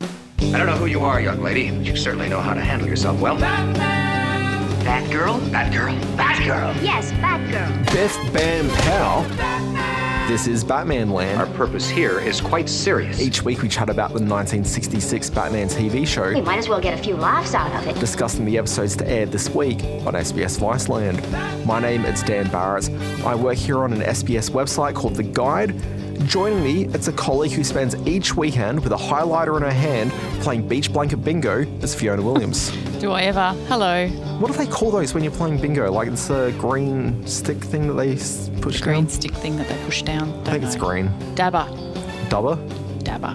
I don't know who you are, young lady, but you certainly know how to handle yourself well. Batgirl? Batgirl? Batgirl! Yes, Batgirl. Biff Bam Pow. This is Batman Our Land. purpose here is quite serious. Each week we chat about the 1966 Batman TV We show, might as well get a few laughs out of it. discussing the episodes to air this week on SBS Viceland. My name is Dan Barrett. I work here on an SBS website called The Guide. Joining me, it's a colleague who spends each weekend with a highlighter in her hand playing beach blanket bingo. It's Fiona Williams. Do I ever? Hello. what do they call those when you're playing bingo? Like it's a green stick thing that they s- push Green down? stick thing that they push down. I think it's green. Dabba. Dabba? Dabba.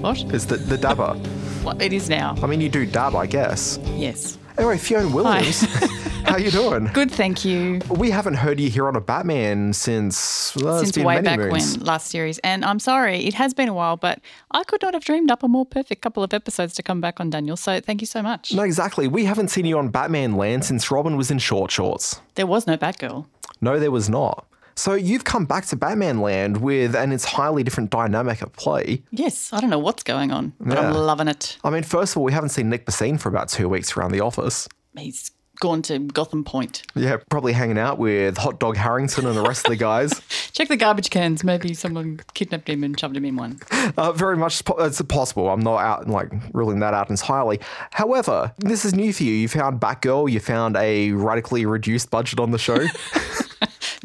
What? Is the, the dabba. What? It is now. I mean, you do dab, I guess. Yes. Anyway, Fiona Williams, how you doing? Good, thank you. We haven't heard you here on a Batman since well, it's Since been way many back moons. when last series. And I'm sorry, it has been a while, but I could not have dreamed up a more perfect couple of episodes to come back on, Daniel. So thank you so much. No, exactly. We haven't seen you on Batman Land since Robin was in short shorts. There was no Batgirl. No, there was not. So you've come back to Batman Land with an entirely different dynamic at play. Yes, I don't know what's going on, but I'm Yeah. loving it. I mean, first of all, we haven't seen Nick Bassine for about two weeks around the office. He's gone to Gotham Point. Yeah, probably hanging out with Hot Dog Harrington and the rest of the guys. Check the garbage cans. Maybe someone kidnapped him and shoved him in one. Uh, very much, po- it's possible. I'm not out like ruling that out entirely. However, this is new for you. You found Batgirl. You found a radically reduced budget on the show.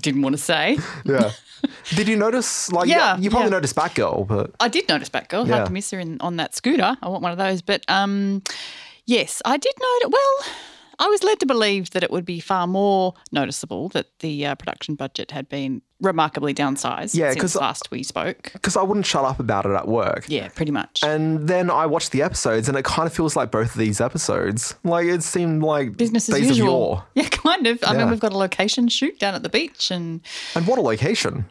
Didn't want to say. yeah. Did you notice? Like, Yeah, you, you probably yeah. noticed Batgirl, but I did notice Batgirl. Yeah. Hard to miss her in, on that scooter. I want one of those. But um, yes, I did notice. Well, I was led to believe that it would be far more noticeable that the uh, production budget had been remarkably downsized. Yeah, 'cause- because last we spoke. because I wouldn't shut up about it at work. Yeah, pretty much. And then I watched the episodes, and it kind of feels like both of these episodes. Like it seemed like Business as days usual. of yore. Yeah, kind of. I Yeah. mean, we've got a location shoot down at the beach and And what a location!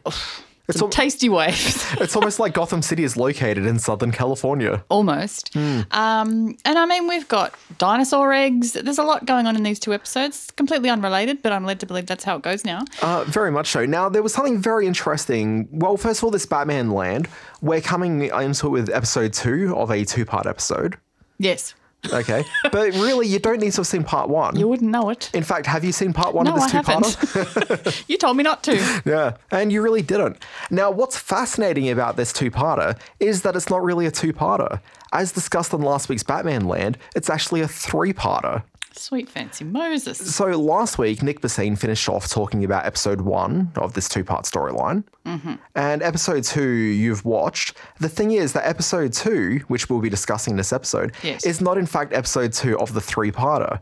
It's, some al- tasty waves. it's almost like Gotham City is located in Southern California. almost. Hmm. Um, and I mean, we've got dinosaur eggs. There's a lot going on in these two episodes, completely unrelated, but I'm led to believe that's how it goes now. Uh, very much so. Now, there was something very interesting. Well, first of all, this Batman land, we're coming into it with episode two of a two part episode. Yes, Okay. but really, you don't need to have seen part one. you wouldn't know it. In fact, have you seen part one No, of I this two haven't. parter? you told me not to. yeah. And you really didn't. Now, what's fascinating about this two parter is that it's not really a two parter. As discussed on last week's Batman land, it's actually a three parter. Sweet fancy Moses. So last week, Nick Bassine finished off talking about episode one of this two part storyline. And episode two, you've watched. The thing is that episode two, which we'll be discussing in this episode, Yes. is not in fact episode two of the three parter.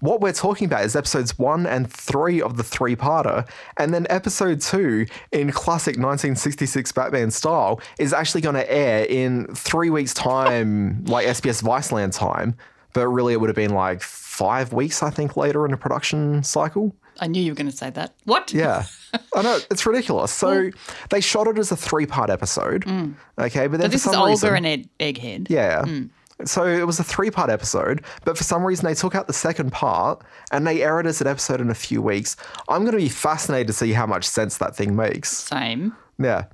What we're talking about is episodes one and three of the three parter. And then episode two, in classic 1966 Batman style, is actually going to air in three weeks' time, like SBS Viceland time. But really, it would have been like five weeks, I think, later in the production cycle. I knew you were going to say that. What? Yeah. I know, it's ridiculous. So they shot it as a three part episode. Okay, but then Mm. But for this some is Olga reason. and Mm. Ed, Egghead. yeah. So it was a three part episode, but for some reason they took out the second part and they aired it as an episode in a few weeks. I'm going to be fascinated to see how much sense that thing makes. Same. Yeah.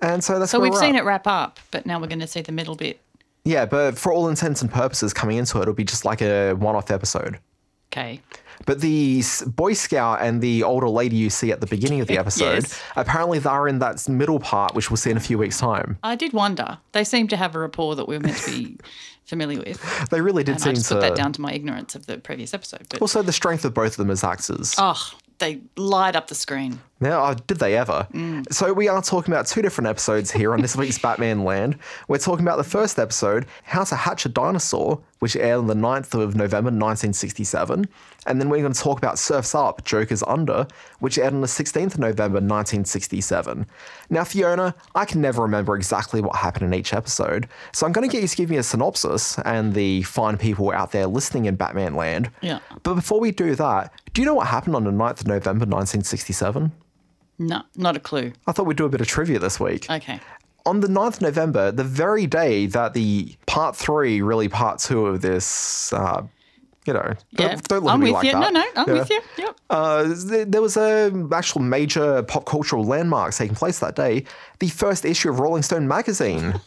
And so that's So where we've we're seen at. it wrap up, but now we're going to see the middle bit. Yeah, but for all intents and purposes, coming into it, it'll be just like a one off episode. Okay. But the s- Boy Scout and the older lady you see at the beginning of the episode, Yes. apparently they're in that s- middle part, which we'll see in a few weeks' time. I did wonder. They seem to have a rapport that we were meant to be familiar with. They really did And I seem just to. put that down to my ignorance of the previous episode. But Also, the strength of both of them as actors. oh, they light up the screen. Now, oh, did they ever? So, we are talking about two different episodes here on this week's Batman Land. We're talking about the first episode, How to Hatch a Dinosaur, which aired on the 9th of November 1967. And then we're going to talk about Surf's Up, Joker's Under, which aired on the 16th of November 1967. Now, Fiona, I can never remember exactly what happened in each episode. So, I'm going to get you to give me a synopsis and the fine people out there listening in Batman Land. Yeah. But before we do that, do you know what happened on the 9th of November 1967? No, not a clue. I thought we'd do a bit of trivia this week. Okay. On the 9th of November, the very day that the part three, really part two of this, uh, you know, don't, yeah. don't look I'm at me with like you. that. No, no, I'm Yeah. with you. Yep. Uh, th- there was a actual major pop cultural landmark taking place that day. The first issue of Rolling Stone magazine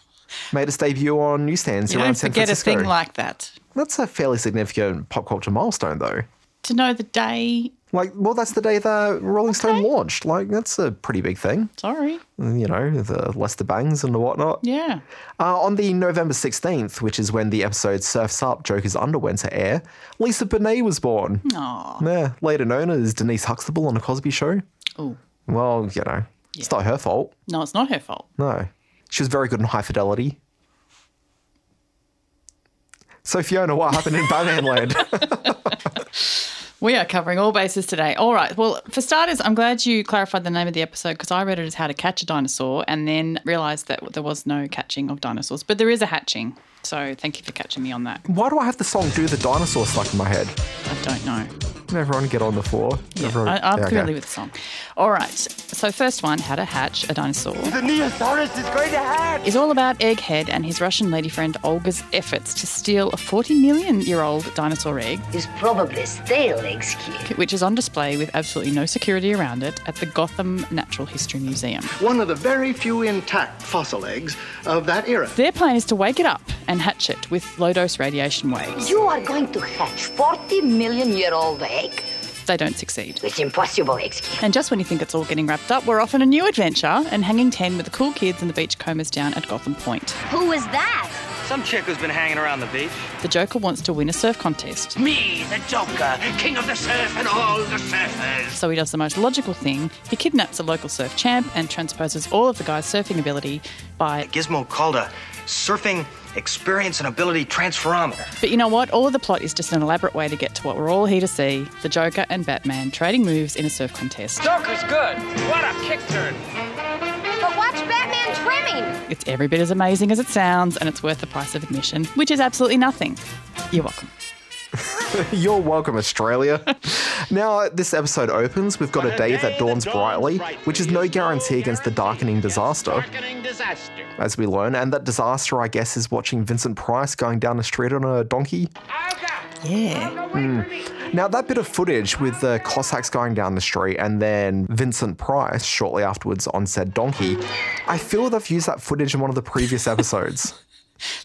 made its debut on newsstands You around don't San forget a Francisco. thing like that. that's a fairly significant pop culture milestone, though. To know the day. Like, well, that's the day that Rolling Stone launched. Like, that's a pretty big thing. Sorry. You know, the Lester Bangs and whatnot. Yeah. Uh, on the November 16th, which is when the episode Surfs Up Joker's Underwear to air, Lisa Bonet was born. Oh. Yeah, later known as Denise Huxtable on The Cosby Show. Oh. Well, you know, it's not her fault. No, it's not her fault. No. She was very good in high fidelity. So, Fiona, what happened in Batman Land? We are covering all bases today. All right. Well, for starters, I'm glad you clarified the name of the episode because I read it as How to Catch a Dinosaur and then realized that there was no catching of dinosaurs, but there is a hatching. So thank you for catching me on that. Why do I have the song Do the Dinosaur stuck in my head? I don't know. Can everyone get on the floor? Yeah, Everyone- I, I'm Yeah, okay. familiar with the song. All right. So, first one, How to Hatch a Dinosaur. The Neosaurus is going to hatch! Is all about Egghead and his Russian lady friend Olga's efforts to steal a 40 million year old dinosaur egg, It's probably stale eggs, kid. which is on display with absolutely no security around it at the Gotham Natural History Museum. one of the very few intact fossil eggs of that era. Their plan is to wake it up and hatch it with low dose radiation waves. You are going to hatch 40 million year old egg? They don't succeed. It's impossible, eggs, kid. And just when you think it's all getting wrapped up, we're off on a new adventure and hanging 10 with the cool kids and the beachcombers down at Gotham Point. Who is that? Some chick who's been hanging around the beach. The Joker wants to win a surf contest, Me, the Joker, king of the surf and all the surfers. so he does the most logical thing. He kidnaps a local surf champ and transposes all of the guy's surfing ability by. Gizmo called a surfing experience and ability transferometer. But you know what? All of the plot is just an elaborate way to get to what we're all here to see the Joker and Batman trading moves in a surf contest. Joker's good. What a kick turn. But watch Batman trimming! It's every bit as amazing as it sounds, and it's worth the price of admission, which is absolutely nothing. You're welcome. You're welcome, Australia. now, this episode opens. We've got a day that dawns brightly, which is no guarantee against the darkening disaster, as we learn. And that disaster, I guess, is watching Vincent Price going down the street on a donkey. Hmm. Yeah. Now, that bit of footage with the Cossacks going down the street and then Vincent Price shortly afterwards on said donkey, I feel they've used that footage in one of the previous episodes.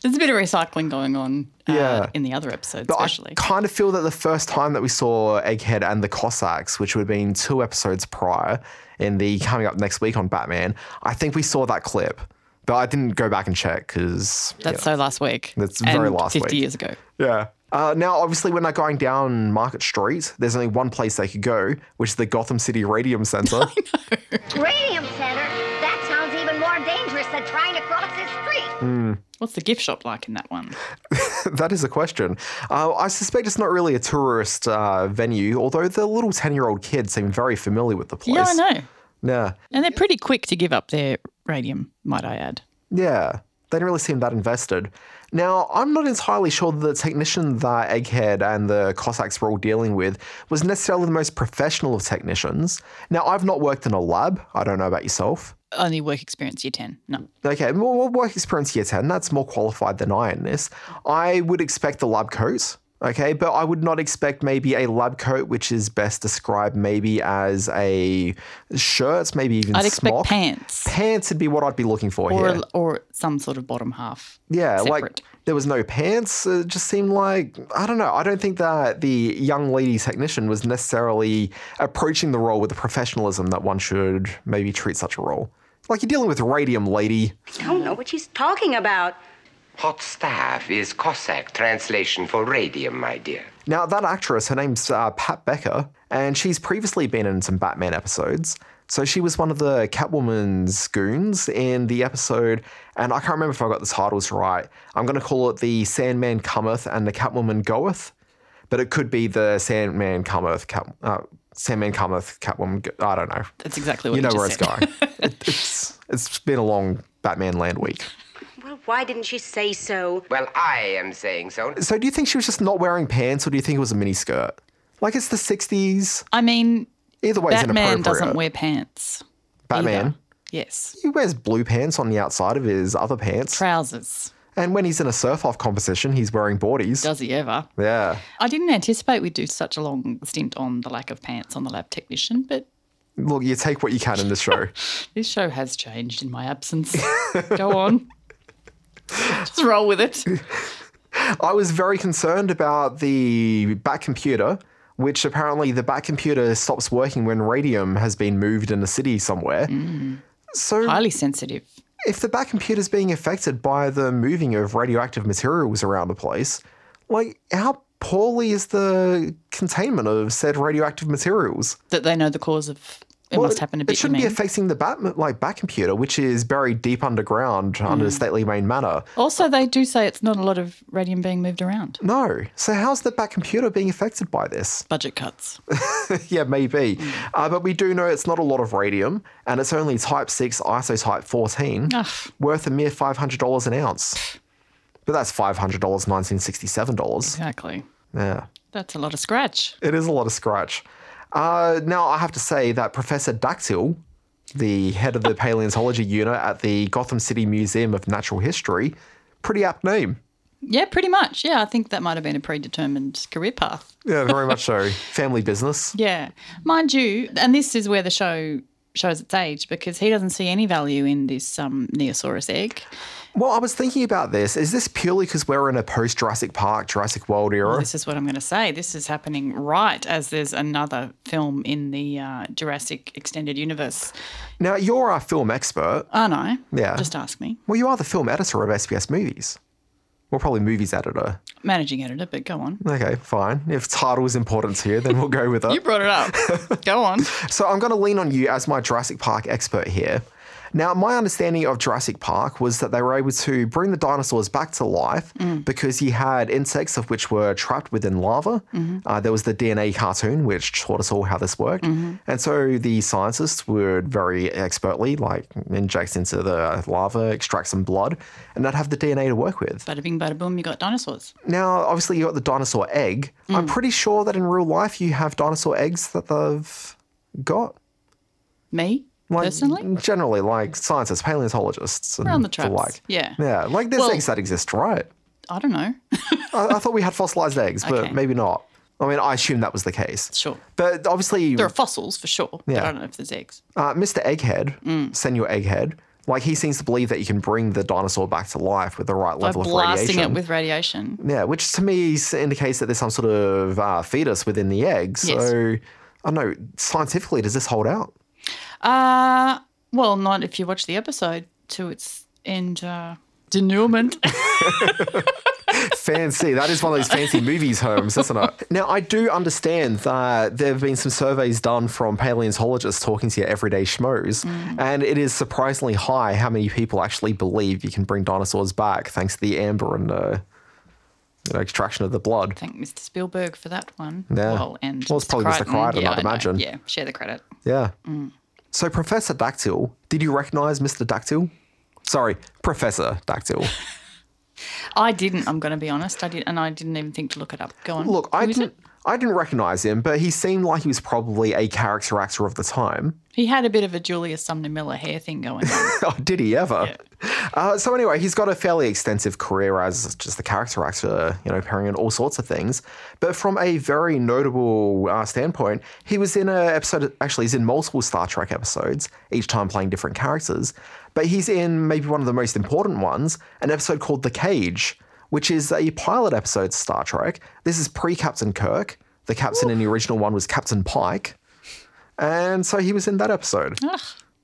There's a bit of recycling going on uh, Yeah. in the other episode, But especially. I kind of feel that the first time that we saw Egghead and the Cossacks, which would have been two episodes prior in the coming up next week on Batman, I think we saw that clip. But I didn't go back and check because. That's so last week. That's and very last 50 week. years ago. Yeah. Uh, now, obviously, when they're going down Market Street, there's only one place they could go, which is the Gotham City Radium Center. Radium Center? That sounds even more dangerous than trying to cross this street. What's the gift shop like in that one? that is a question. Uh, I suspect it's not really a tourist uh, venue, although the little 10 year old kids seem very familiar with the place. Yeah, I know. Yeah. And they're pretty quick to give up their radium, might I add. Yeah, they didn't really seem that invested. Now, I'm not entirely sure that the technician that Egghead and the Cossacks were all dealing with was necessarily the most professional of technicians. Now, I've not worked in a lab. I don't know about yourself. Only work experience year 10. No. Okay, well, well, work experience year 10, that's more qualified than I in this. I would expect the lab coat, okay, but I would not expect maybe a lab coat, which is best described maybe as a shirt, maybe even I'd expect smock. pants Pants would be what I'd be looking for or, here. or some sort of bottom half. Yeah, separate. like there was no pants. It just seemed like I don't know. I don't think that the young lady technician was necessarily approaching the role with the professionalism that one should maybe treat such a role. Like you're dealing with radium, lady. I don't know what she's talking about. Hot staff is Cossack translation for radium, my dear. Now that actress, her name's uh, Pat Becker, and she's previously been in some Batman episodes. So she was one of the Catwoman's goons in the episode, and I can't remember if I got the titles right. I'm going to call it the Sandman Cometh and the Catwoman Goeth. but it could be the Sandman cometh, Cat, uh, Sandman cometh, Catwoman. Go- I don't know. That's exactly what you you know just where it's said. going. it, it's it's been a long Batman Land week. Well, why didn't she say so? Well, I am saying so. So do you think she was just not wearing pants, or do you think it was a miniskirt? Like it's the '60s. I mean, Either way, oh, is Batman inappropriate. doesn't wear pants. either. Batman. Yes. He wears blue pants on the outside of his other pants, Trousers. and when he's in a surf-off competition, he's wearing boardies. Does he ever? yeah, I didn't anticipate we'd do such a long stint on the lack of pants on the lab technician, but look, you take what you can in this show. this show has changed in my absence. Go on. Just roll with it. I was very concerned about the back computer, which apparently the back computer stops working when radium has been moved in a city somewhere. Mm. So, Highly sensitive. if the back computer's being affected by the moving of radioactive materials around the place, like how poorly is the containment of said radioactive materials? That they know the cause of it Well, must happen a It bit. You shouldn't be mean. affecting the bat, like back computer, which is buried deep underground Mm. under Stately Main Manor. also, they do say it's not a lot of radium being moved around. No. So how's the back computer being affected by this? Budget cuts. yeah, maybe. Mm. Uh, but we do know it's not a lot of radium, and it's only type 6 ISO type 14, Ugh. worth a mere $500 an ounce. But that's $500, 1967 dollars. Exactly. Yeah, That's a lot of scratch. it is a lot of scratch. Uh, now, I have to say that Professor Dactyl, the head of the paleontology unit at the Gotham City Museum of Natural History, pretty apt name. Yeah, pretty much. Yeah, I think that might have been a predetermined career path. Yeah, very much so. Family business. Yeah. Mind you, and this is where the show shows its age because he doesn't see any value in this um, Neosaurus egg. Well, I was thinking about this. Is this purely because we're in a post Jurassic Park, Jurassic World era? This is what I'm going to say. This is happening right as there's another film in the uh, Jurassic Extended Universe. Now, you're our film expert. Aren't I? Yeah. Just ask me. Well, you are the film editor of SBS Movies. Well, probably movies editor. Managing editor, but go on. Okay, fine. If title is important to you, then we'll go with You that. brought it up. go on. So I'm going to lean on you as my Jurassic Park expert here. Now, my understanding of Jurassic Park was that they were able to bring the dinosaurs back to life because you had insects of which were trapped within lava. Uh, there was the DNA cartoon, which taught us all how this worked. And so the scientists would very expertly, like, inject into the lava, extract some blood, and they'd have the DNA to work with. Bada bing, bada boom, you got dinosaurs. Now, obviously, you got the dinosaur egg. I'm pretty sure that in real life you have dinosaur eggs that they've got. Me, Like, personally? generally, like scientists, paleontologists, and Around the the traps. like. Yeah. Yeah, like there's Well- eggs that exist, right? I don't know. I, I thought we had fossilized eggs, but Okay. maybe not. I mean, I assume that was the case. Sure. But obviously, There are fossils for sure. but Yeah. I don't know if there's eggs. uh, Mr. Egghead, Mm. Senor Egghead, like he seems to believe that you can bring the dinosaur back to life with the right By level of blasting radiation. it with radiation. Yeah, which to me s- indicates that there's some sort of uh, fetus within the egg. So I don't know. Scientifically, does this hold out? Uh, well, not if you watch the episode to its end uh, denouement. Fancy. That is one of those fancy movies, Holmes, isn't it? Now, I do understand that there have been some surveys done from paleontologists talking to your everyday schmoes, and it is surprisingly high how many people actually believe you can bring dinosaurs back thanks to the amber and uh, you know, extraction of the blood. Thank Mr. Spielberg for that one. Yeah. Well, and Well, it's probably Mr. Crichton, Yeah, I'd I know. imagine. Yeah, share the credit. Yeah. So, Professor Dactyl, did you recognize Mr. Dactyl? Sorry, Professor Dactyl. I didn't. I'm going to be honest. I did, and I didn't even think to look it up. Go on. Look, I Who is didn't, it? I didn't recognize him, but he seemed like he was probably a character actor of the time. He had a bit of a Julia Sumner Miller hair thing going on. oh, did he ever? Uh, so anyway, he's got a fairly extensive career as just a character actor, you know, appearing in all sorts of things. But from a very notable uh, standpoint, he was in a episode. Actually, he's in multiple Star Trek episodes, each time playing different characters. But he's in maybe one of the most important ones, an episode called The Cage, which is a pilot episode to Star Trek. This is pre Captain Kirk. The captain in the original one was Captain Pike. And so he was in that episode.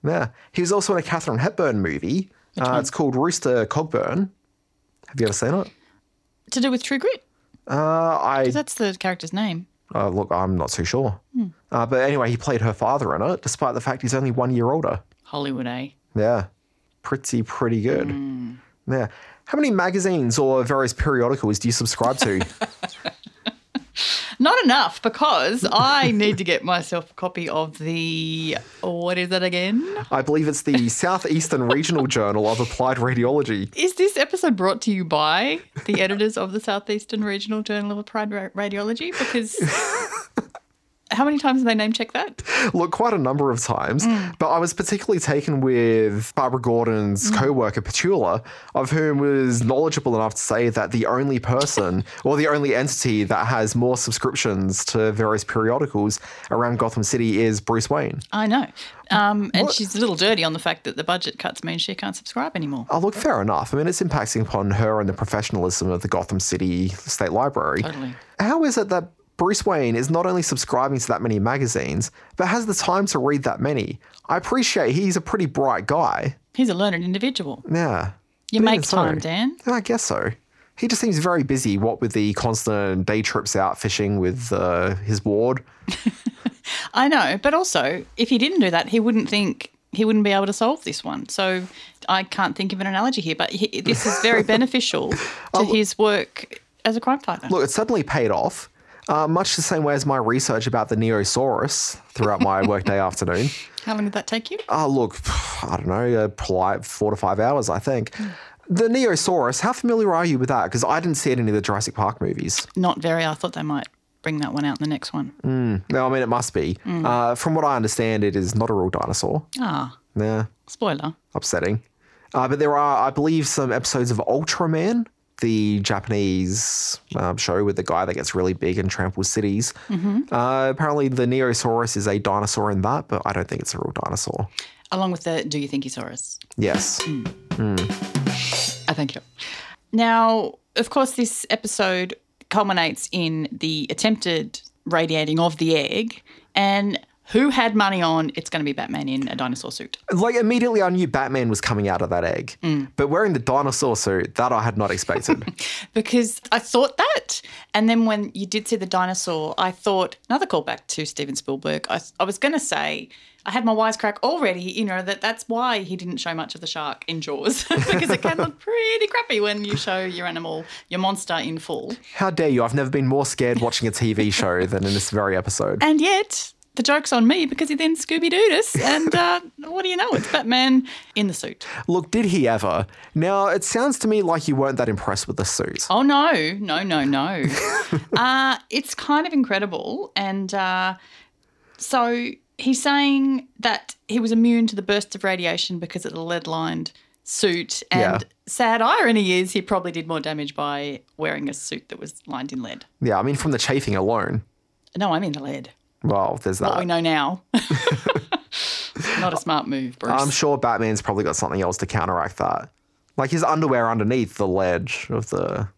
Yeah. He was also in a Catherine Hepburn movie. Uh, it's called Rooster Cogburn. Have you ever seen it? to do with True Grit. Uh, I That's the character's name. uh, look. I'm not too sure. Uh, but anyway, he played her father in it, despite the fact he's only one year older. Hollywood, eh? Yeah, pretty pretty good. Yeah. How many magazines or various periodicals do you subscribe to? Not enough because I need to get myself a copy of the what is that again? I believe it's the Southeastern Regional Journal of Applied Radiology. Is this episode brought to you by the editors of the Southeastern Regional Journal of Applied Ra- Radiology? Because How many times did they name check that? Look, quite a number of times, but I was particularly taken with Barbara Gordon's co worker, Petula, of whom was knowledgeable enough to say that the only person or the only entity that has more subscriptions to various periodicals around Gotham City is Bruce Wayne. I know. Um, and she's a little dirty on the fact that the budget cuts mean she can't subscribe anymore. Oh, look, fair enough. I mean, it's impacting upon her and the professionalism of the Gotham City State Library. Totally. How is it that Bruce Wayne is not only subscribing to that many magazines, but has the time to read that many? I appreciate he's a pretty bright guy. He's a learned individual. Yeah. You But make even so- time, Dan. Yeah, I guess so. He just seems very busy, what with the constant day trips out fishing with uh, his ward. I know, but also, if he didn't do that, he wouldn't think he wouldn't be able to solve this one. So I can't think of an analogy here, but he, this is very beneficial to his work as a crime fighter. Look, it suddenly paid off, uh, much the same way as my research about the Neosaurus throughout my workday afternoon. How long did that take you? Oh, look, I don't know, a polite four to five hours, I think. The Neosaurus, how familiar are you with that? Because I didn't see it in any of the Jurassic Park movies. Not very. I thought they might bring that one out in the next one. No, I mean, it must be. Uh, from what I understand, it is not a real dinosaur. Ah, Yeah, spoiler. upsetting. Uh, but there are, I believe, some episodes of Ultraman, the Japanese um, show with the guy that gets really big and tramples cities. Uh, apparently, the Neosaurus is a dinosaur in that, but I don't think it's a real dinosaur. Along with the Do You Think He Saw Us? Yes. I think you. Now, of course, this episode culminates in the attempted radiating of the egg. And who had money on it's going to be Batman in a dinosaur suit? Like immediately, I knew Batman was coming out of that egg, but wearing the dinosaur suit that I had not expected. because I thought that. And then when you did see the dinosaur, I thought another callback to Steven Spielberg. I, I was going to say, I had my wisecrack already, you know, that that's why he didn't show much of the shark in Jaws because it can look pretty crappy when you show your animal, your monster in full. How dare you? I've never been more scared watching a TV show than in this very episode. And yet, the joke's on me because he then Scooby Dooed us. And uh, what do you know? It's Batman in the suit. Look, did he ever? Now it sounds to me like you weren't that impressed with the suit. Oh no, no, no, no. uh, it's kind of incredible, and uh, so he's saying that he was immune to the bursts of radiation because of the lead-lined suit. And Yeah. sad irony is he probably did more damage by wearing a suit that was lined in lead. Yeah, I mean from the chafing alone. No, I mean the lead. Well, there's What we that. know now. Not a smart move, Bruce. I'm sure Batman's probably got something else to counteract that, like his underwear underneath the ledge of the.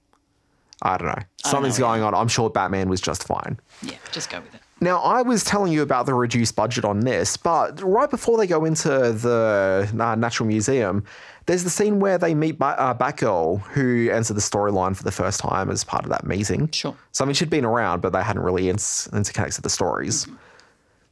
I don't know. Something's going on. I'm sure Batman was just fine. yeah, just go with it. Now, I was telling you about the reduced budget on this, but right before they go into the uh, Natural Museum, there's the scene where they meet ba- uh, Batgirl, who entered the storyline for the first time as part of that meeting. Sure. So, I mean, she'd been around, but they hadn't really in- interconnected the stories.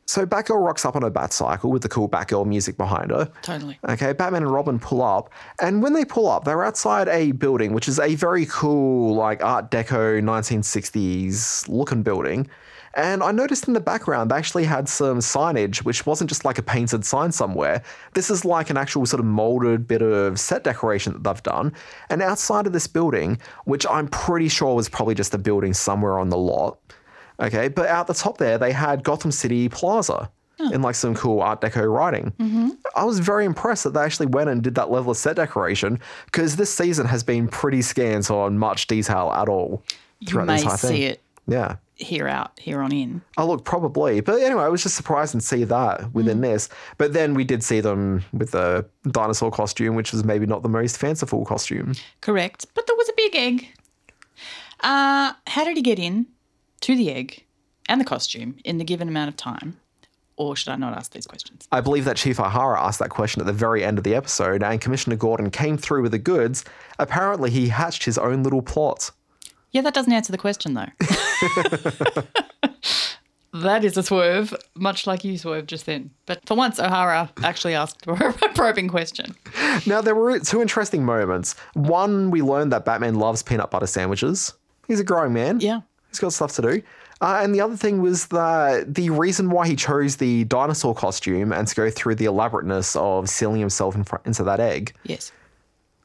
So, Batgirl rocks up on her Batcycle with the cool Batgirl music behind her. Totally. Okay, Batman and Robin pull up, and when they pull up, they're outside a building, which is a very cool, like Art Deco 1960s looking building. And I noticed in the background they actually had some signage, which wasn't just like a painted sign somewhere. This is like an actual sort of molded bit of set decoration that they've done. And outside of this building, which I'm pretty sure was probably just a building somewhere on the lot, Okay, but out the top there, they had Gotham City Plaza in like some cool Art Deco writing. I was very impressed that they actually went and did that level of set decoration because this season has been pretty scant on much detail at all You throughout may this whole see thing. it Yeah. here out, here on in. Oh, look, probably. But anyway, I was just surprised and see that within Hmm. this. But then we did see them with the dinosaur costume, which was maybe not the most fanciful costume. Correct. But there was a big egg. Uh, how did he get in to the egg and the costume in the given amount of time? Or should I not ask these questions? I believe that Chief O'Hara asked that question at the very end of the episode, and Commissioner Gordon came through with the goods. Apparently, he hatched his own little plot. Yeah, that doesn't answer the question, though. that is a swerve, much like you swerved just then. But for once, O'Hara actually asked for a probing question. Now, there were two interesting moments. One, we learned that Batman loves peanut butter sandwiches. He's a growing man. Yeah. He's got stuff to do. Uh, and the other thing was that the reason why he chose the dinosaur costume and to go through the elaborateness of sealing himself in fr- into that egg Yes.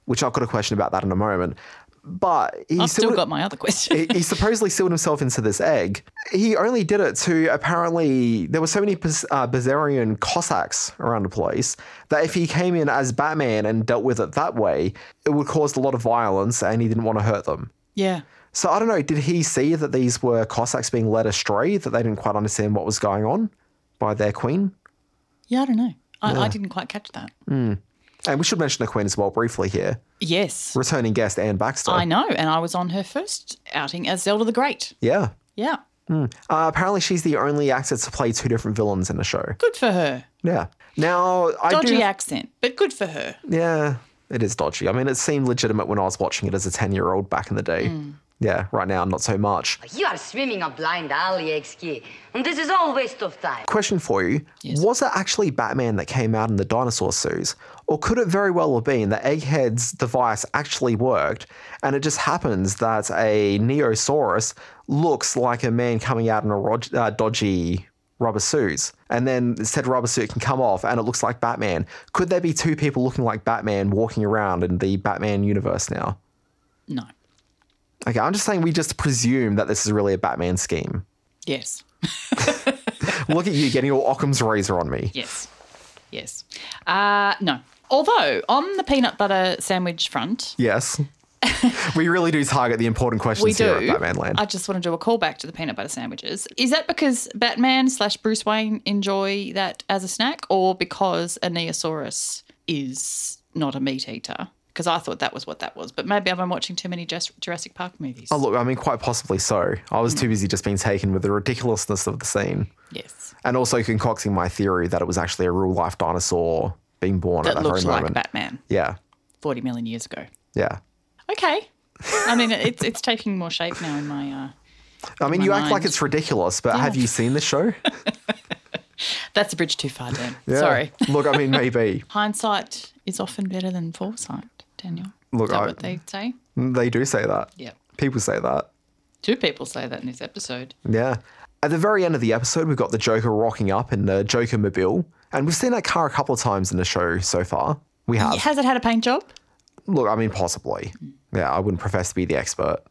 which I've got a question about that in a moment. But he I've still would- got my other question. he he supposedly sealed himself into this egg. He only did it to apparently there were so many Baz- uh, Bazarian Cossacks around the place that if he came in as Batman and dealt with it that way, it would cause a lot of violence, and he didn't want to hurt them. yeah. So I don't know. Did he see that these were Cossacks being led astray? That they didn't quite understand what was going on by their queen. Yeah, I don't know. I, I didn't quite catch that. And we should mention the queen as well briefly here. Yes. Returning guest Anne Baxter. I know. And I was on her first outing as Zelda the Great. Yeah. Yeah. Uh, apparently, she's the only actor to play two different villains in the show. Good for her. Yeah. Now I Dodgy do. accent, but good for her. Yeah, it is dodgy. I mean, it seemed legitimate when I was watching it as a 10 year old back in the day. Yeah, right now, not so much. You are swimming a blind alley, XK, and this is all waste of time. Question for you Was it actually Batman that came out in the dinosaur suit? Or could it very well have been that Egghead's device actually worked and it just happens that a Neosaurus looks like a man coming out in a rog- uh, dodgy rubber suit? And then said rubber suit can come off and it looks like Batman. Could there be two people looking like Batman walking around in the Batman universe now? No. Okay, I'm just saying we just presume that this is really a Batman scheme. Yes. Look at you getting all Occam's razor on me. Yes. Yes. Uh, no. Although, on the peanut butter sandwich front, Yes. we really do target the important questions we here do. at Batman Land. I just want to do a callback to the peanut butter sandwiches. Is that because Batman slash Bruce Wayne enjoy that as a snack, or because a Neosaurus is not a meat eater? Because I thought that was what that was, but maybe I've been watching too many Jus- Jurassic Park movies. Oh, Look, I mean, quite possibly so. I was too busy just being taken with the ridiculousness of the scene yes, and also concocting my theory that it was actually a real life dinosaur being born that at that looked very like moment. Batman Yeah. forty million years ago. Yeah. Okay, I mean it's it's taking more shape now in my. Uh, I mean, my you act like mind. it's ridiculous, but have you seen the show? that's a bridge too far, Dan. Yeah. Sorry, Look, I mean, maybe. hindsight is often better than foresight, Daniel. Look, is that I- what they say? they do say that. Yeah. People say that. Two people say that in this episode. Yeah. At the very end of the episode, we've got the Joker rocking up in the Joker mobile. And we've seen that car a couple of times in the show so far. We have. Has it had a paint job? Look, I mean, possibly. Yeah, I wouldn't profess to be the expert.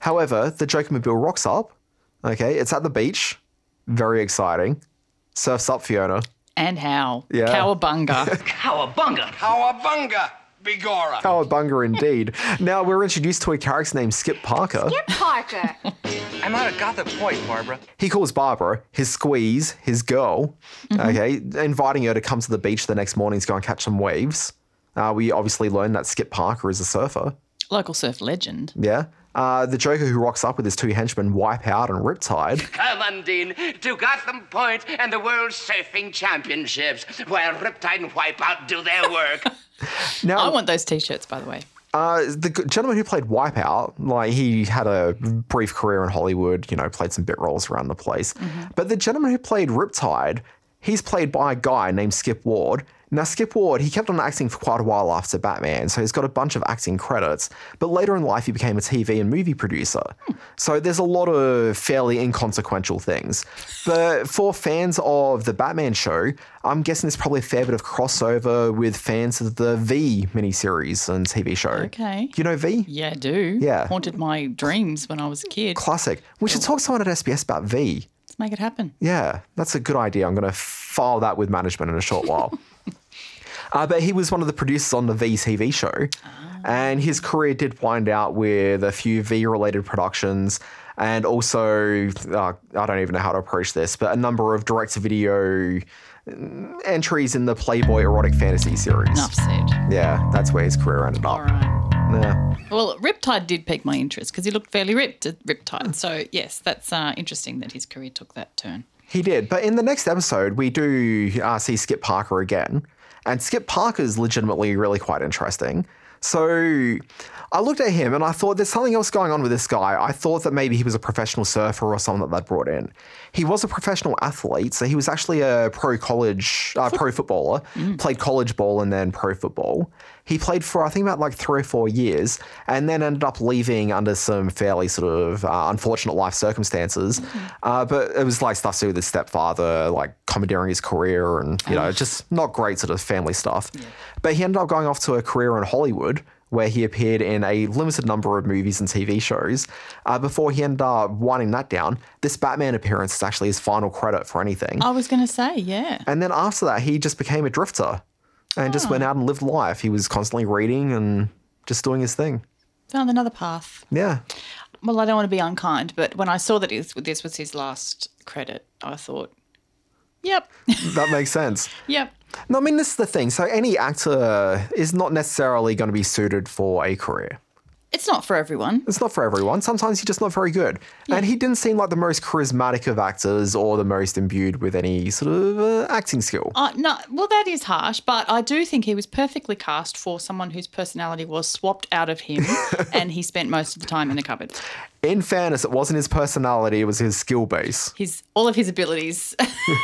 However, the Joker mobile rocks up. Okay, it's at the beach. Very exciting. Surfs up Fiona. And how? Yeah. Cowabunga. Cowabunga. Cowabunga, Bigora. Cowabunga indeed. now we're introduced to a character named Skip Parker. Parker. I'm out of Gothic Point, Barbara. He calls Barbara his squeeze, his girl, okay, inviting her to come to the beach the next morning to go and catch some waves. Uh, we obviously learn that Skip Parker is a surfer. Local surf legend. Yeah. Uh, the Joker who rocks up with his two henchmen, Wipeout and Riptide. Come, Undine, to Gotham Point and the World Surfing Championships, where Riptide and Wipeout do their work. I Now, want those t shirts, by the way. uh, the g- gentleman who played Wipeout, like he had a brief career in Hollywood, you know, played some bit roles around the place. But the gentleman who played Riptide, he's played by a guy named Skip Ward. Now, Skip Ward, he kept on acting for quite a while after Batman, so he's got a bunch of acting credits. But later in life, he became a TV and movie producer. So there's a lot of fairly inconsequential things. But for fans of the Batman show, I'm guessing there's probably a fair bit of crossover with fans of the V miniseries and TV show. Okay. You know V? Yeah, I do. Yeah. Haunted my dreams when I was a kid. Classic. We Oh. should talk to someone at SBS about V. Let's make it happen. Yeah, that's a good idea. I'm going to file that with management in a short while. Uh, but he was one of the producers on the V TV show, Ah. and his career did wind out with a few V related productions, and also uh, I don't even know how to approach this, but a number of direct to video mm, entries in the Playboy erotic fantasy series. Enough said. Yeah, that's where his career ended All up. right. Yeah. Well, Riptide did pique my interest because he looked fairly ripped at Riptide. So, yes, that's uh, interesting that his career took that turn. He did. But in the next episode, we do uh, see Skip Parker again. And Skip Parker's legitimately really quite interesting. So I looked at him and I thought there's something else going on with this guy. I thought that maybe he was a professional surfer or someone that they brought in. He was a professional athlete, so he was actually a pro college, uh, pro footballer, played college ball and then pro football. He played for, I think, about like three or four years and then ended up leaving under some fairly sort of uh, unfortunate life circumstances. Uh, but it was like stuff to do with his stepfather, like commandeering his career and, you know, just not great sort of family stuff. But he ended up going off to a career in Hollywood where he appeared in a limited number of movies and TV shows. Uh, before he ended up winding that down, this Batman appearance is actually his final credit for anything. I was going to say, yeah. And then after that, he just became a drifter and just went out and lived life. He was constantly reading and just doing his thing. Found another path. Yeah. Well, I don't want to be unkind, but when I saw that his- this was his last credit, I thought, yep, That makes sense. yep. No, I mean, this is the thing. So, any actor is not necessarily going to be suited for a career. It's not for everyone. It's not for everyone. Sometimes he's just not very good. And he didn't seem like the most charismatic of actors or the most imbued with any sort of uh, acting skill. Uh, no, well, that is harsh, but I do think he was perfectly cast for someone whose personality was swapped out of him, and he spent most of the time in a cupboard. In fairness, it wasn't his personality, it was his skill base. His all of his abilities.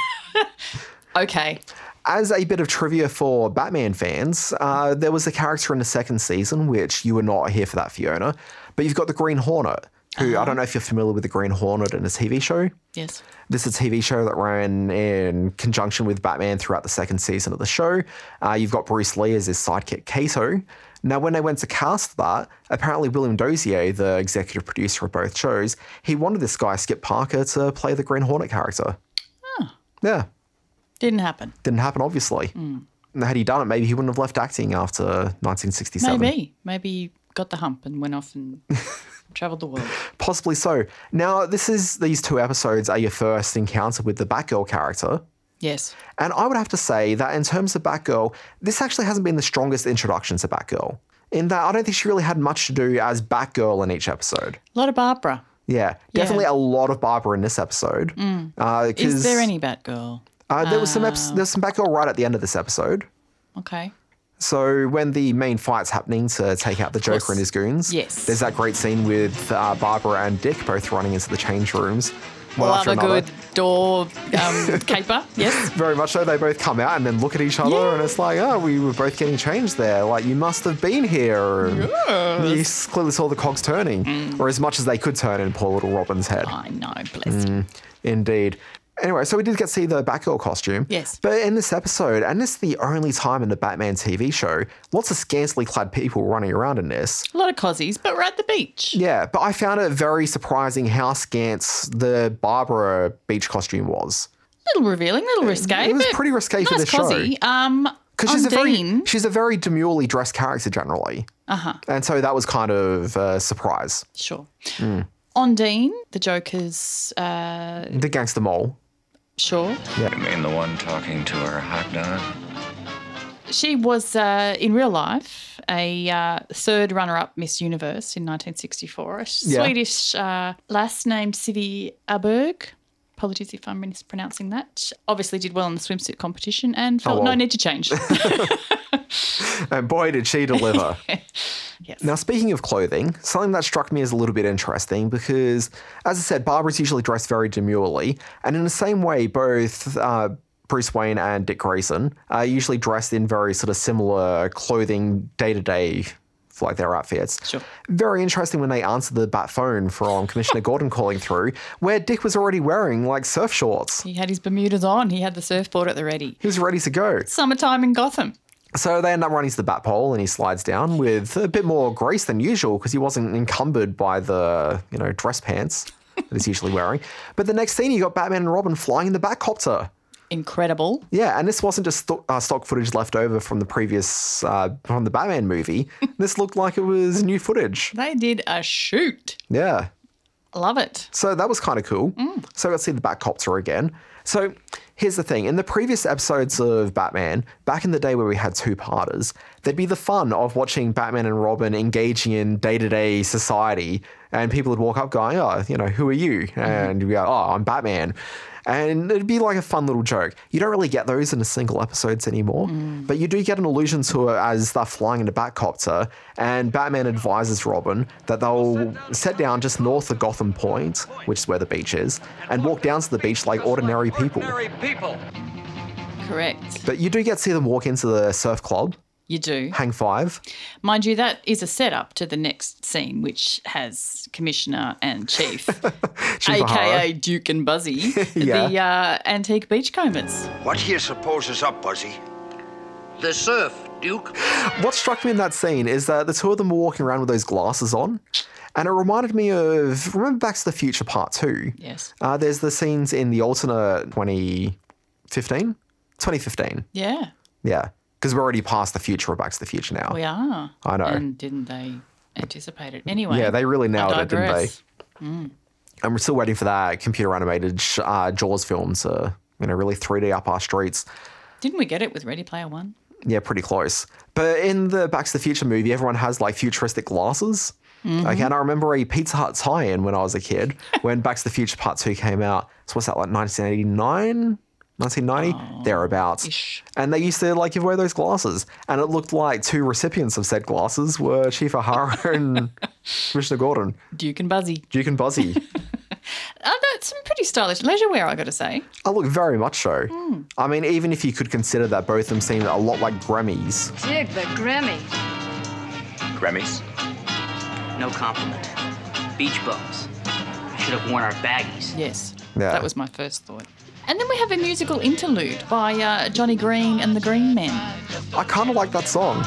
okay, As a bit of trivia for Batman fans, uh, there was a character in the second season, which you were not here for that, Fiona, but you've got the Green Hornet, who I don't know if you're familiar with the Green Hornet in his TV show. yes, This is a TV show that ran in conjunction with Batman throughout the second season of the show. Uh, you've got Bruce Lee as his sidekick, Kato. Now, when they went to cast that, apparently William Dozier, the executive producer of both shows, he wanted this guy, Skip Parker, to play the Green Hornet character. Yeah didn't happen. didn't happen, obviously. And had he done it, maybe he wouldn't have left acting after 1967. Maybe, maybe he got the hump and went off and travelled the world. Possibly so. Now, this is these two episodes are your first encounter with the Batgirl character. Yes, And I would have to say that in terms of Batgirl, this actually hasn't been the strongest introduction to Batgirl. In that I don't think she really had much to do as Batgirl in each episode. a lot of Barbara. Yeah, definitely a lot of Barbara in this episode. Uh, 'cause, Mm. Is there any Ah. Batgirl? Uh, there was some eps- there's some Batgirl right at the end of this episode. Okay. So when the main fight's happening to take out the Joker course. and his goons, Yes. there's that great scene with uh, Barbara and Dick both running into the change rooms. One Love after a another. good door um, caper. Yes. Very much so. They both come out and then look at each other, Yeah. and it's like, oh, we were both getting changed there. Like you must have been here. And You s- clearly saw the cogs turning, Mm. or as much as they could turn in poor little Robin's head. I know, bless Mm. you. Indeed. Anyway, so we did get to see the Batgirl costume. Yes. But in this episode, and this is the only time in the Batman TV show, lots of scantily clad people running around in this. A lot of cozies, but we're at the beach. Yeah, but I found it very surprising how scant the Barbara beach costume was. little revealing, little risque. it was but pretty risque for nice this show. cozy. Um, Because she's a very Undine- she's a very demurely dressed character generally. Uh-huh. And so that was kind of a surprise. sure. Mm. Ondine, the Joker's, uh, The gangster mole. sure. You mean the one talking to her hot dog? She was uh, in real life a uh, third runner-up Miss Universe in 1964. A Yeah. Swedish uh, lass named Sivi Aberg. Apologies if I'm mispronouncing that. Obviously, did well in the swimsuit competition and felt no Oh, well. need to change. And boy did she deliver. Now speaking of clothing, something that struck me as a little bit interesting because as I said, Barbara's usually dressed very demurely. And in the same way, both uh, Bruce Wayne and Dick Grayson are usually dressed in very sort of similar clothing day to day for like their outfits. Sure. Very interesting when they answered the bat phone from Commissioner Gordon calling through, where Dick was already wearing like surf shorts. he had his Bermudas on. He had the surfboard at the ready. He was ready to go. Summertime in Gotham. So they end up running to the bat pole and he slides down with a bit more grace than usual because he wasn't encumbered by the, you know, dress pants that he's usually wearing. But the next scene, you got Batman and Robin flying in the Batcopter. Incredible. Yeah, and this wasn't just sto- uh, stock footage left over from the previous, uh, from the Batman movie. this looked like it was new footage. They did a shoot. Yeah. Love it. So that was kind of cool. So I got to see the Batcopter again. So here's the thing in the previous episodes of Batman, back in the day where we had two parters, there'd be the fun of watching Batman and Robin engaging in day to day society. And people would walk up going, Oh, you know, who are you? And we go, Oh, I'm Batman. And it'd be like a fun little joke. You don't really get those in a single episodes anymore, but you do get an allusion to it as they're flying in a Batcopter, and Batman advises Robin that they'll set down just north of Gotham Point, which is where the beach is, and walk down to the beach like ordinary people. people. Correct. But you do get to see them walk into the surf club, You do. Hang Five. Mind you, that is a setup to the next scene, which has Commissioner and Chief, aka Duke and Buzzy, Yeah. the uh, antique beachcombers. What do you suppose is up, Buzzy? The surf. Duke. What struck me in that scene is that the two of them were walking around with those glasses on. And it reminded me of remember Back to the Future Part Two. Yes. Uh, there's the scenes in the alternate 2015, 2015. Yeah, Yeah, because we're already past the future of Back to the Future now. we are. I know. And didn't they anticipate it? Anyway. Yeah, they really I nailed it, didn't they? digress. And we're still waiting for that computer animated sh- uh, Jaws film to you know really 3D up our streets. Didn't we get it with Ready Player One? Yeah, pretty close. But in the Back to the Future movie, everyone has like futuristic glasses. Okay, and I remember a Pizza Hut tie-in when I was a kid when Back to the Future Part Two came out. So what's that like, 1989? 1990, thereabouts. ish. And they used to like give away those glasses, and it looked like two recipients of said glasses were Chief O'Hara and Commissioner Gordon, Duke and Buzzy. Duke and Buzzy. Uh, that's some pretty stylish leisure wear, I got to say. I look very much so. I mean, even if you could consider that both of them seem a lot like Grammys. Dig the Grammys. Grammys. No compliment. Beach bums. Should have worn our baggies. Yes. Yeah. That was my first thought. And then we have a musical interlude by uh, Johnny Green and the Green Men. I kind of like that song.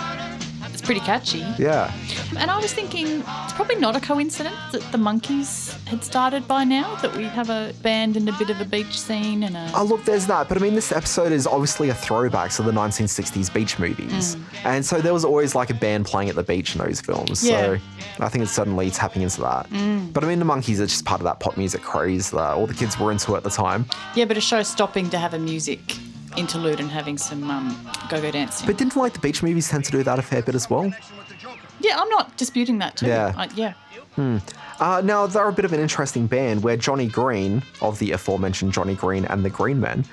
It's pretty catchy. Yeah. And I was thinking, it's probably not a coincidence that the monkeys had started by now, that we have a band and a bit of a beach scene and a. Oh, look, there's that. But I mean, this episode is obviously a throwback to the 1960s beach movies. And so there was always like a band playing at the beach in those films. Yeah. So I think it's suddenly tapping into that. But I mean, the monkeys are just part of that pop music craze that all the kids were into at the time. Yeah, but a show stopping to have a music interlude and having some um, go go dancing. But didn't like the beach movies tend to do that a fair bit as well? yeah, I'm not disputing that too. Yeah. I, yeah. Uh, now, they're a bit of an interesting band where Johnny Green, of the aforementioned Johnny Green and the Green Men,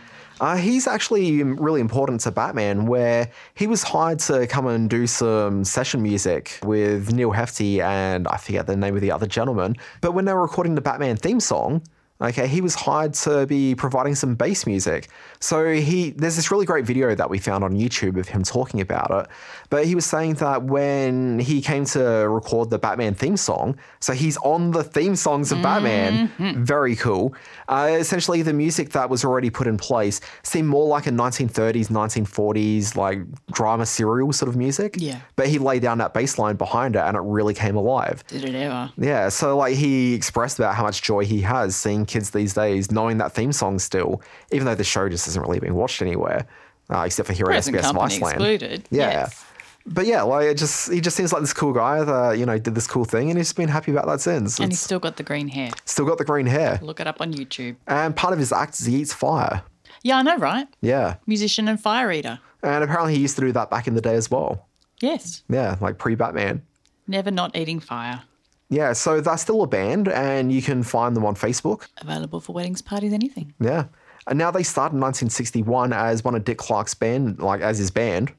uh, he's actually really important to Batman, where he was hired to come and do some session music with Neil Hefti and I forget the name of the other gentleman. But when they were recording the Batman theme song, okay, he was hired to be providing some bass music. So he there's this really great video that we found on YouTube of him talking about it. But he was saying that when he came to record the Batman theme song, so he's on the theme songs of Batman. Very cool. Uh, essentially, the music that was already put in place seemed more like a 1930s, 1940s like drama serial sort of music. Yeah. But he laid down that bass line behind it, and it really came alive. Did it ever? Yeah, so like he expressed about how much joy he has seeing kids these days knowing that theme song still, even though the show just isn't really being watched anywhere, uh, except for here at Present SBS in company Iceland. excluded. Yeah. Yes. But yeah, like it just he just seems like this cool guy that you know did this cool thing, and he's been happy about that since. And It's he's still got the green hair. still got the green hair, Look it up on YouTube. and part of his act is he eats fire. Yeah, I know, right? Yeah, Musician and fire eater. and apparently he used to do that back in the day as well. Yes. Yeah, like pre-Batman. Never not eating fire. Yeah, so that's still a band, and you can find them on Facebook. Available for weddings, parties, anything. Yeah. And now they started in 1961 as one of Dick Clark's band, like as his band.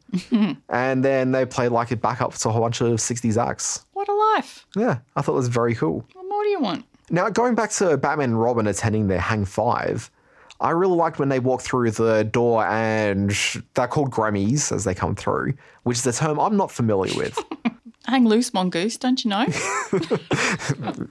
and then they played like a backup to a whole bunch of 60s acts. What a life. Yeah, I thought that was very cool. What more do you want? Now, going back to Batman and Robin attending their Hang Five, I really liked when they walked through the door and they're called Grammys as they come through, which is a term I'm not familiar with. Hang loose, mongoose, don't you know?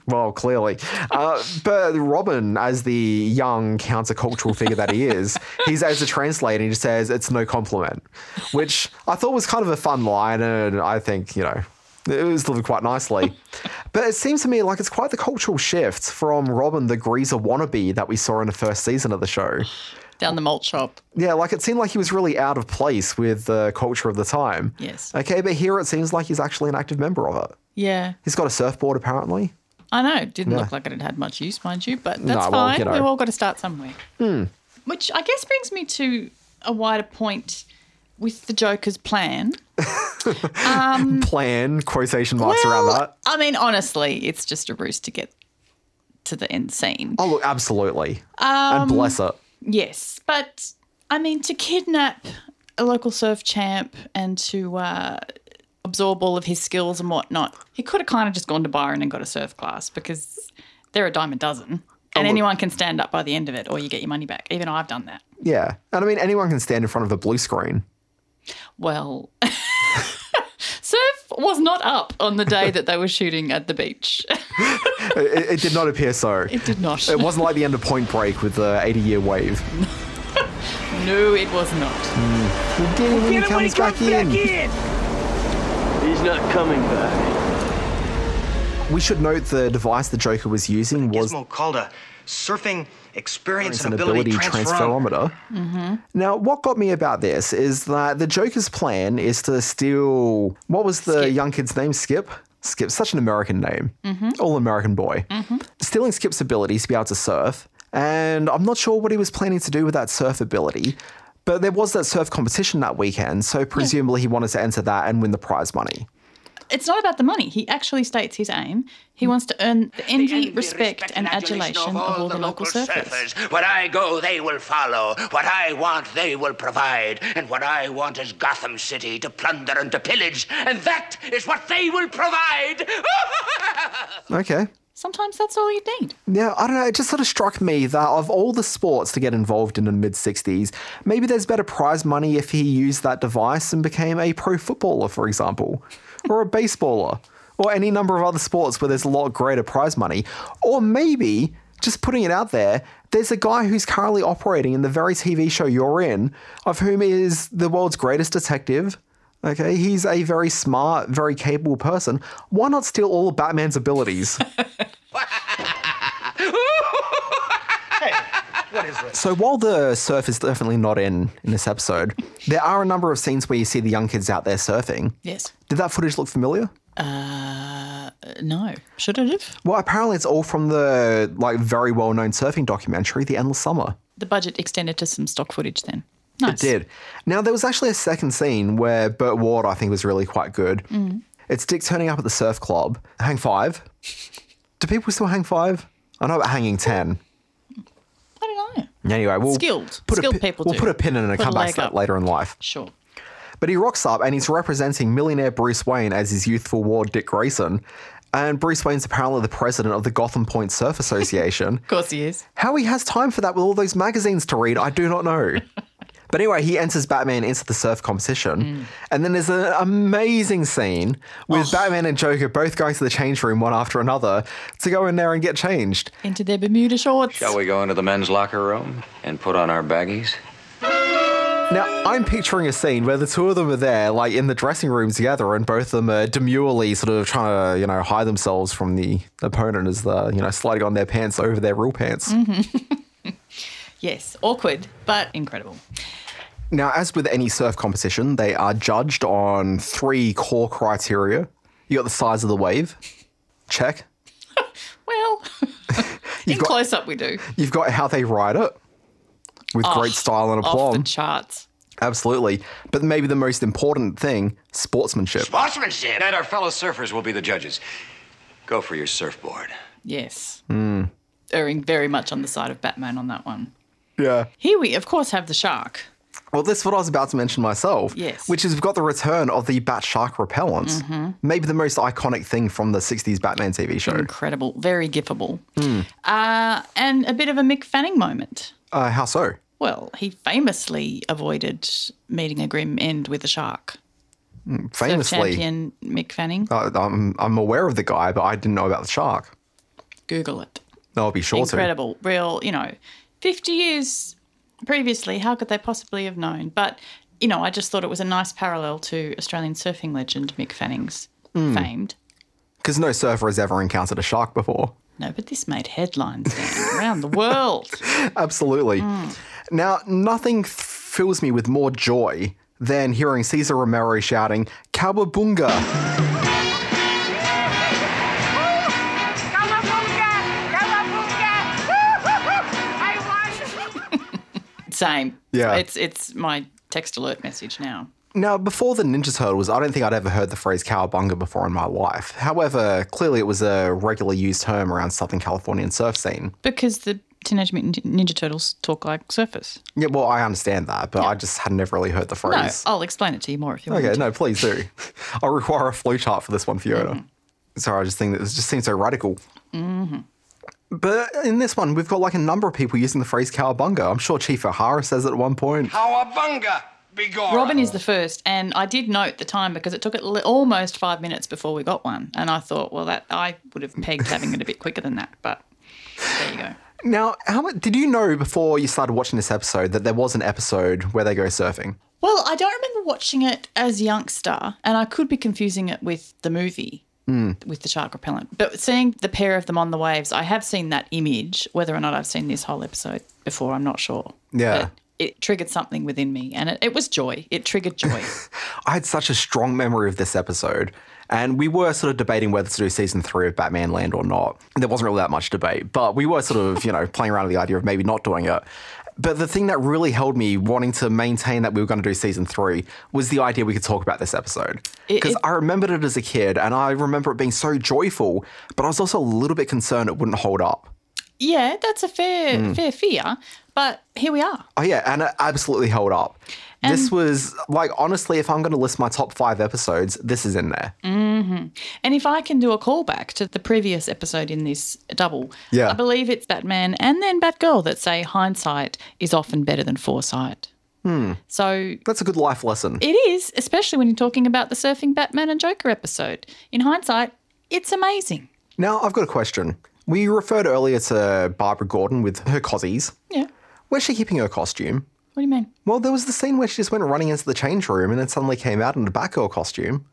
Well, clearly. Uh, but Robin, as the young countercultural figure that he is, he's as a translator, he just says, it's no compliment, which I thought was kind of a fun line. And I think, you know, it was delivered quite nicely. but it seems to me like it's quite the cultural shift from Robin, the greaser wannabe that we saw in the first season of the show. Down the malt shop. Yeah, like it seemed like he was really out of place with the culture of the time. Yes. Okay, but here it seems like he's actually an active member of it. Yeah. He's got a surfboard, apparently. I know. It didn't look like it had had much use, mind you, but No, that's well, Hmm. fine. you know. We've all got to start somewhere. Which I guess brings me to a wider point with the Joker's plan. plan quotation marks around that. I mean, honestly, it's just a ruse to get to the end scene. Oh, look, absolutely. and bless it. Yes, but I mean, to kidnap a local surf champ and to uh, absorb all of his skills and whatnot, he could have kind of just gone to Byron and got a surf class because they're a dime a dozen. And anyone can stand up by the end of it, or you get your money back. Even I've done that. Yeah. And I mean, anyone can stand in front of a blue screen. Well, surf was not up on the day that they were shooting at the beach. It, it did not appear so. It did not. It wasn't like the end of Point Break with the 80 year wave. No, it was not. We'll get him when he Get him when he comes back comes in. He's not coming back. We should note the device the Joker was using was Gizmo called a surfing experience an and ability, ability transferometer. transferometer. Mm-hmm. Now, what got me about this is that the Joker's plan is to steal. What was the young kid's name? Skip? Skip's such an American name. Mhm. All American boy. Mm-hmm. Stealing Skip's ability to be able to surf. And I'm not sure what he was planning to do with that surf ability. But there was that surf competition that weekend. So presumably he wanted to enter that and win the prize money. It's not about the money. He actually states his aim. He wants to earn the envy, respect, and adulation of all the local surfers. surfers. Where I go, they will follow. What I want, they will provide. And what I want is Gotham City to plunder and to pillage. And that is what they will provide. Okay. Sometimes that's all you need. Yeah, I don't know. It just sort of struck me that of all the sports to get involved in in the mid 60s, maybe there's better prize money if he used that device and became a pro footballer, for example, or a baseballer, or any number of other sports where there's a lot greater prize money. Or maybe, just putting it out there, there's a guy who's currently operating in the very TV show you're in, of whom is the world's greatest detective. Okay, he's a very smart, very capable person. Why not steal all of Batman's abilities? What is this? So while the surf is definitely not in in this episode, there are a number of scenes where you see the young kids out there surfing. Yes. Did that footage look familiar? Uh, no. Should it have? Well, apparently it's all from the like very well-known surfing documentary, The Endless Summer. The budget extended to some stock footage then. It Nice. did. Now there was actually a second scene where Burt Ward I think was really quite good. Mm. It's Dick turning up at the surf club, hang five. Do people still hang five? I know about hanging ten. I don't know. Anyway, we'll Skilled. put a Skilled pi- people We'll do. put a pin in it and Put a come back leg to that up. later in life. Sure. But he rocks up and he's representing millionaire Bruce Wayne as his youthful ward, Dick Grayson. And Bruce Wayne's apparently the president of the Gotham Point Surf Association. Of course he is. How he has time for that with all those magazines to read, I do not know. but anyway, he enters Batman into the surf competition. And then there's an amazing scene with Batman and Joker both going to the change room one after another to go in there and get changed. Into their Bermuda shorts. Shall we go into the men's locker room and put on our baggies? Now, I'm picturing a scene where the two of them are there, like in the dressing room together, and both of them are demurely sort of trying to, you know, hide themselves from the opponent as the, you know, sliding on their pants over their real pants. Mhm. yes. Awkward, but incredible. Now, as with any surf competition, they are judged on three core criteria. You got the size of the wave, check. Well, in close up we do. You've got how they ride it with Oh, great style and off the aplomb. charts. Absolutely. But maybe the most important thing sportsmanship. Sportsmanship! And our fellow surfers will be the judges. Go for your surfboard. Yes. Mm. Erring very much on the side of Batman on that one. Yeah. Here we, of course, have the shark. Well, that's what I was about to mention myself. Yes. Which is we've got the return of the Bat Shark repellent. Mhm. Maybe the most iconic thing from the 60s Batman Mm. TV show. Incredible. Very gifable. Hmm. Uh, and a bit of a Mick Fanning moment. Uh, how so? Well, he famously avoided meeting a grim end with a shark. Mm, Surf Famously. champion Mick Fanning. Uh, I'm, I'm aware of the guy, but I didn't know about the shark. Google it. I'll be sure Incredible. Real, you know, 50 years previously, how could they possibly have known? But, you know, I just thought it was a nice parallel to Australian surfing legend Mick Fanning's Hmm. famed. to. Because no surfer has ever encountered a shark before. No, but this made headlines Dan, around the world. Absolutely. Mm. Now, nothing th- fills me with more joy than hearing Cesar Romero shouting, Cowabunga! Same. Yeah. It's, it's my text alert message now. Now, before the Ninja Turtles, I don't think I'd ever heard the phrase cowabunga before in my life. However, clearly it was a regularly used term around Southern Californian surf scene. Because the Teenage Mutant Ninja Turtles talk like surfers. Yeah, well, I understand that, but I just had never really heard the phrase. No, I'll explain it to you more if you want. okay, no, please do. I require a flowchart for this one, Fiona. Sorry, I just think that this just seems so radical. Mm-hmm. But in this one, we've got like a number of people using the phrase cowabunga. I'm sure Chief O'Hara says it at one point. Cowabunga! Begone! Robin is the first, and I did note the time because it took it li- almost five minutes before we got one, and I thought, well, that I would have pegged having it a bit quicker than that, but there you go. Now, how much did you know before you started watching this episode that there was an episode where they go surfing? Well, I don't remember watching it as youngster, and I could be confusing it with the movie. Mm. With the shark repellent. But seeing the pair of them on the waves, I have seen that image. Whether or not I've seen this whole episode before, I'm not sure. Yeah. But it triggered something within me, and it, it was joy. It triggered joy. I had such a strong memory of this episode. And we were sort of debating whether to do season three of Batman Land or not. There wasn't really that much debate, but we were sort of, you know, playing around with the idea of maybe not doing it. But the thing that really held me wanting to maintain that we were going to do season three was the idea we could talk about this episode. It- Because it- I remembered it as a kid and I remember it being so joyful, but I was also a little bit concerned it wouldn't hold up. yeah, that's a fair Mm. fair fear. But here we are. Oh yeah, and it absolutely held up. this And- was like honestly, if I'm going to list my top five episodes, this is in there. hmm And if I can do a callback to the previous episode in this double, Yeah. I believe it's Batman and then Batgirl that say hindsight is often better than foresight. Hmm. So that's a good life lesson. It is, especially when you're talking about the surfing Batman and Joker episode. In hindsight, it's amazing. Now I've got a question. We referred earlier to Barbara Gordon with her cozies. Yeah. Where's she keeping her costume? What do you mean? Well, there was the scene where she just went running into the change room and then suddenly came out in a Batgirl costume.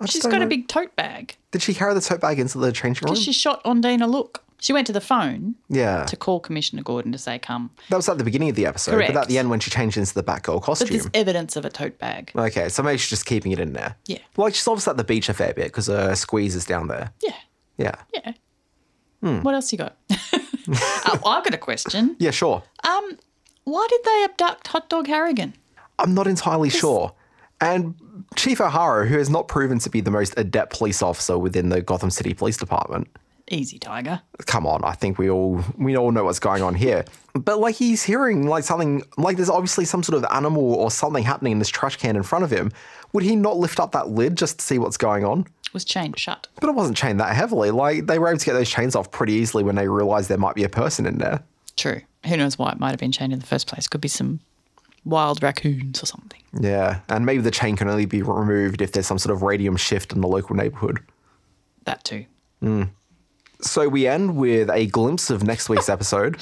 I just She's don't got a know. big tote bag Did she carry the tote bag into the change room? because she shot Ondine a look. She went to the phone Yeah. to call Commissioner Gordon to say, come. That was at the beginning of the episode, but at Correct. the end when she changed into the Batgirl But there's costume. evidence of a tote bag. Okay, so maybe she's just keeping it in there. Yeah. Like she's obviously at the beach a fair bit because her squeeze is down there. Yeah. Yeah. Yeah. Hmm. What else you got? oh, I've got a question. Yeah, sure. Um, why did they abduct Hot Dog Harrigan? I'm not entirely sure. And Chief O'Hara, who has not proven to be the most adept police officer within the Gotham City Police Department, Easy, Tiger. come on, I think we all we all know what's going on here. But like he's hearing like something like there's obviously some sort of animal or something happening in this trash can in front of him. Would he not lift up that lid just to see what's going on? Was chained shut. But it wasn't chained that heavily. Like they were able to get those chains off pretty easily when they realized there might be a person in there. True. Who knows why it might have been chained in the first place? Could be some wild raccoons or something. Yeah, and maybe the chain can only be removed if there's some sort of radium shift in the local neighborhood. That too. Mm. So we end with a glimpse of next week's episode.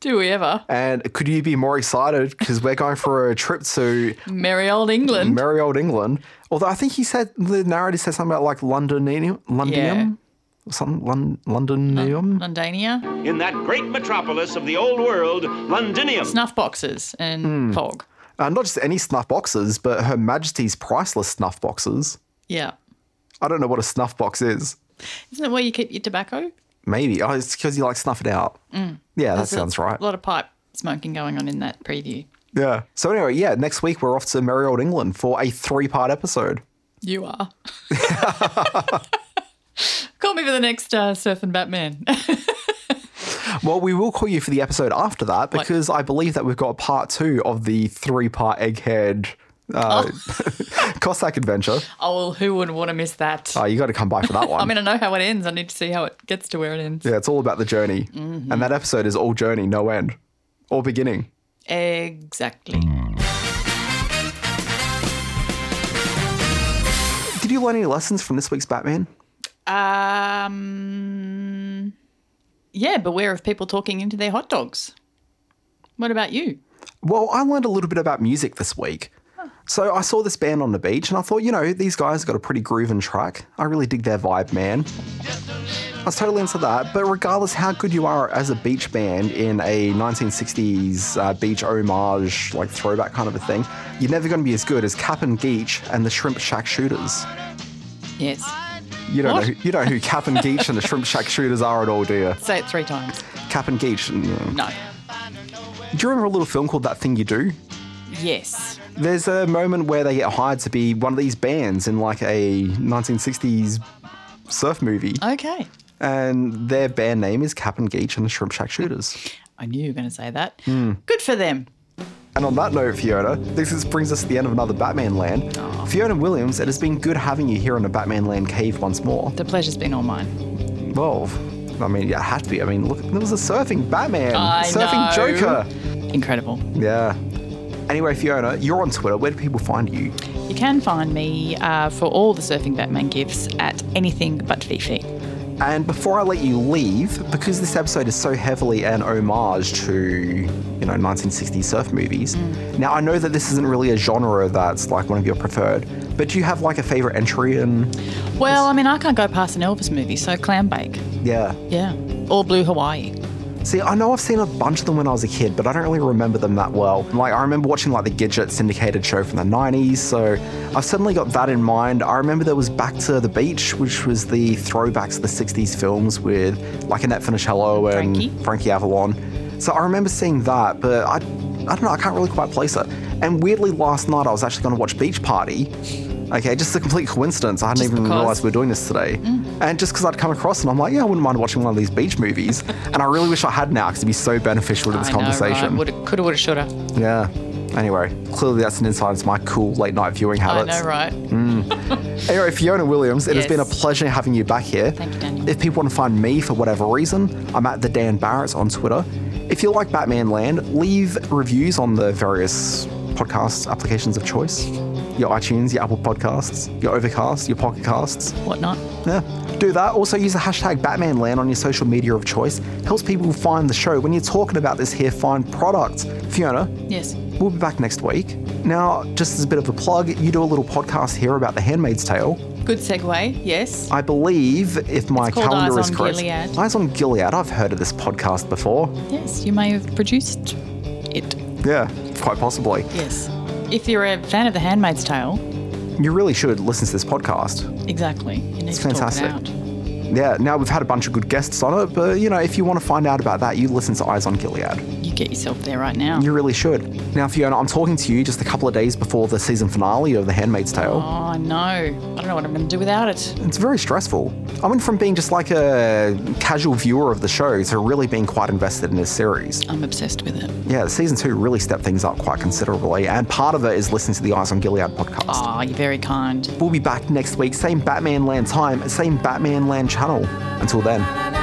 Do we ever? And could you be more excited? Because we're going for a trip to Merry old England. merry old England. Although I think he said the narrator said something about like Londonium, Londinium, Yeah. or something Lon- Londonium. Londania. In that great metropolis of the old world, Londinium. Snuff boxes and Hmm. fog. Uh, not just any snuff boxes, but Her Majesty's priceless snuff boxes. Yeah. I don't know what a snuff box is. Isn't it where you keep your tobacco? Maybe oh, it's because you like snuff it out. Mm. Yeah, that There's sounds a right. lot of pipe smoking going on in that preview. Yeah. So anyway, yeah, next week we're off to merry old England for a three-part episode. You are. Call me for the next uh, Surf and Batman. Well, we will call you for the episode after that because I believe that we've got part two of the three part egghead uh, Cossack adventure. oh, well, who wouldn't want to miss that? Oh, you got to come by for that one. I mean, I know how it ends. I need to see how it gets to where it ends. yeah, it's all about the journey. Mhm. And that episode is all journey, no end, all beginning. Exactly. Did you learn any lessons from this week's Batman? Um, yeah, beware of people talking into their hot dogs. What about you? Well, I learned a little bit about music this week. So I saw this band on the beach and I thought, you know, these guys got a pretty grooving track. I really dig their vibe, man. I was totally into that, but regardless how good you are as a beach band in a 1960s uh, beach homage, like throwback kind of a thing, you're never going to be as good as Cap and Geach and the Shrimp Shack Shooters. Yes. You don't What? know who, you know who Cap and Geach and the Shrimp Shack Shooters are at all, do you? Say it three times. Cap and Geach. mm. No. Do you remember a little film called That Thing You Do? Yes. There's a moment where they get hired to be one of these bands in like a 1960s surf movie. Okay. And their band name is Cap and Geach and the Shrimp Shack Shooters. I knew you were going to say that. Hmm. Good for them. And on that note, Fiona, this is- brings us to the end of another Batman Land. Ah. Fiona Williams, it has been good having you here in the Batman Land cave once more. The pleasure's been all mine. Well, I mean, it had to be. I mean, look, there was a surfing Batman, I surfing know. Joker. Incredible. Yeah. Anyway, Fiona, you're on Twitter. Where do people find you? You can find me uh, for all the Surfing Batman gifts at anything but Fifi. And before I let you leave, because this episode is so heavily an homage to, you know, 1960s surf movies, now I know that this isn't really a genre that's like one of your preferred, but do you have like a favorite entry in? Well, I mean, I can't go past an Elvis movie, so Clambake. Yeah. Yeah. Or Blue Hawaii. See, I know I've seen a bunch of them when I was a kid, but I don't really remember them that well. Like, I remember watching like the Gidget syndicated show from the 90s, so I've suddenly got that in mind. I remember there was Back to the Beach, which was the throwbacks to the 60s films with like Annette Funicello and Frankie. Frankie Avalon. So I remember seeing that, but I, I don't know, I can't really quite place it. And weirdly, last night I was actually going to watch Beach Party. Okay, just a complete coincidence. I hadn't even because. Mm. realized we were doing this today. And just because I'd come across and I'm like, yeah, I wouldn't mind watching one of these beach movies. and I really wish I had now because it'd be so beneficial to this I know, conversation. Right? Woulda- Coulda, woulda, shoulda. Yeah. Anyway, clearly that's an insight into my cool late night viewing I habits. know, right? Mm. anyway, Fiona Williams, it has Yes. been a pleasure having you back here. Thank you, Daniel. If people want to find me for whatever reason, I'm at the Dan Barretts on Twitter. If you like Batman Land, leave reviews on the various podcast applications of choice. Your iTunes, your Apple Podcasts, your Overcast, your Pocket Casts, whatnot. Yeah. Do that. Also use the hashtag BatmanLand on your social media of choice. Helps people find the show. When you're talking about this here, find product. Fiona, Yes. We'll be back next week. Now, just as a bit of a plug, you do a little podcast here about The Handmaid's Tale. Good segue. Yes. I believe, if my It's called calendar Eyes is on correct, Gilead. Eyes on Gilead. I've heard of this podcast before. Yes. You may have produced it. Yeah, quite possibly. Yes. If you're a fan of The Handmaid's Tale, You really should listen to this podcast. exactly. You need It's to fantastic. talk it out. Yeah, now we've had a bunch of good guests on it, but you know, if you want to find out about that, you listen to Eyes on Gilead. You get yourself there right now. You really should. Now, Fiona, I'm talking to you just a couple of days before the season finale of The Handmaid's Tale. Oh, I know. I don't know what I'm going to do without it. It's very stressful. I went from being just like a casual viewer of the show to really being quite invested in this series. I'm obsessed with it. Yeah, season two really stepped things up quite considerably, and part of it is listening to the Eyes on Gilead podcast. Oh, you're very kind. We'll be back next week, same Batman Land time, same Batman Land channel. Until then.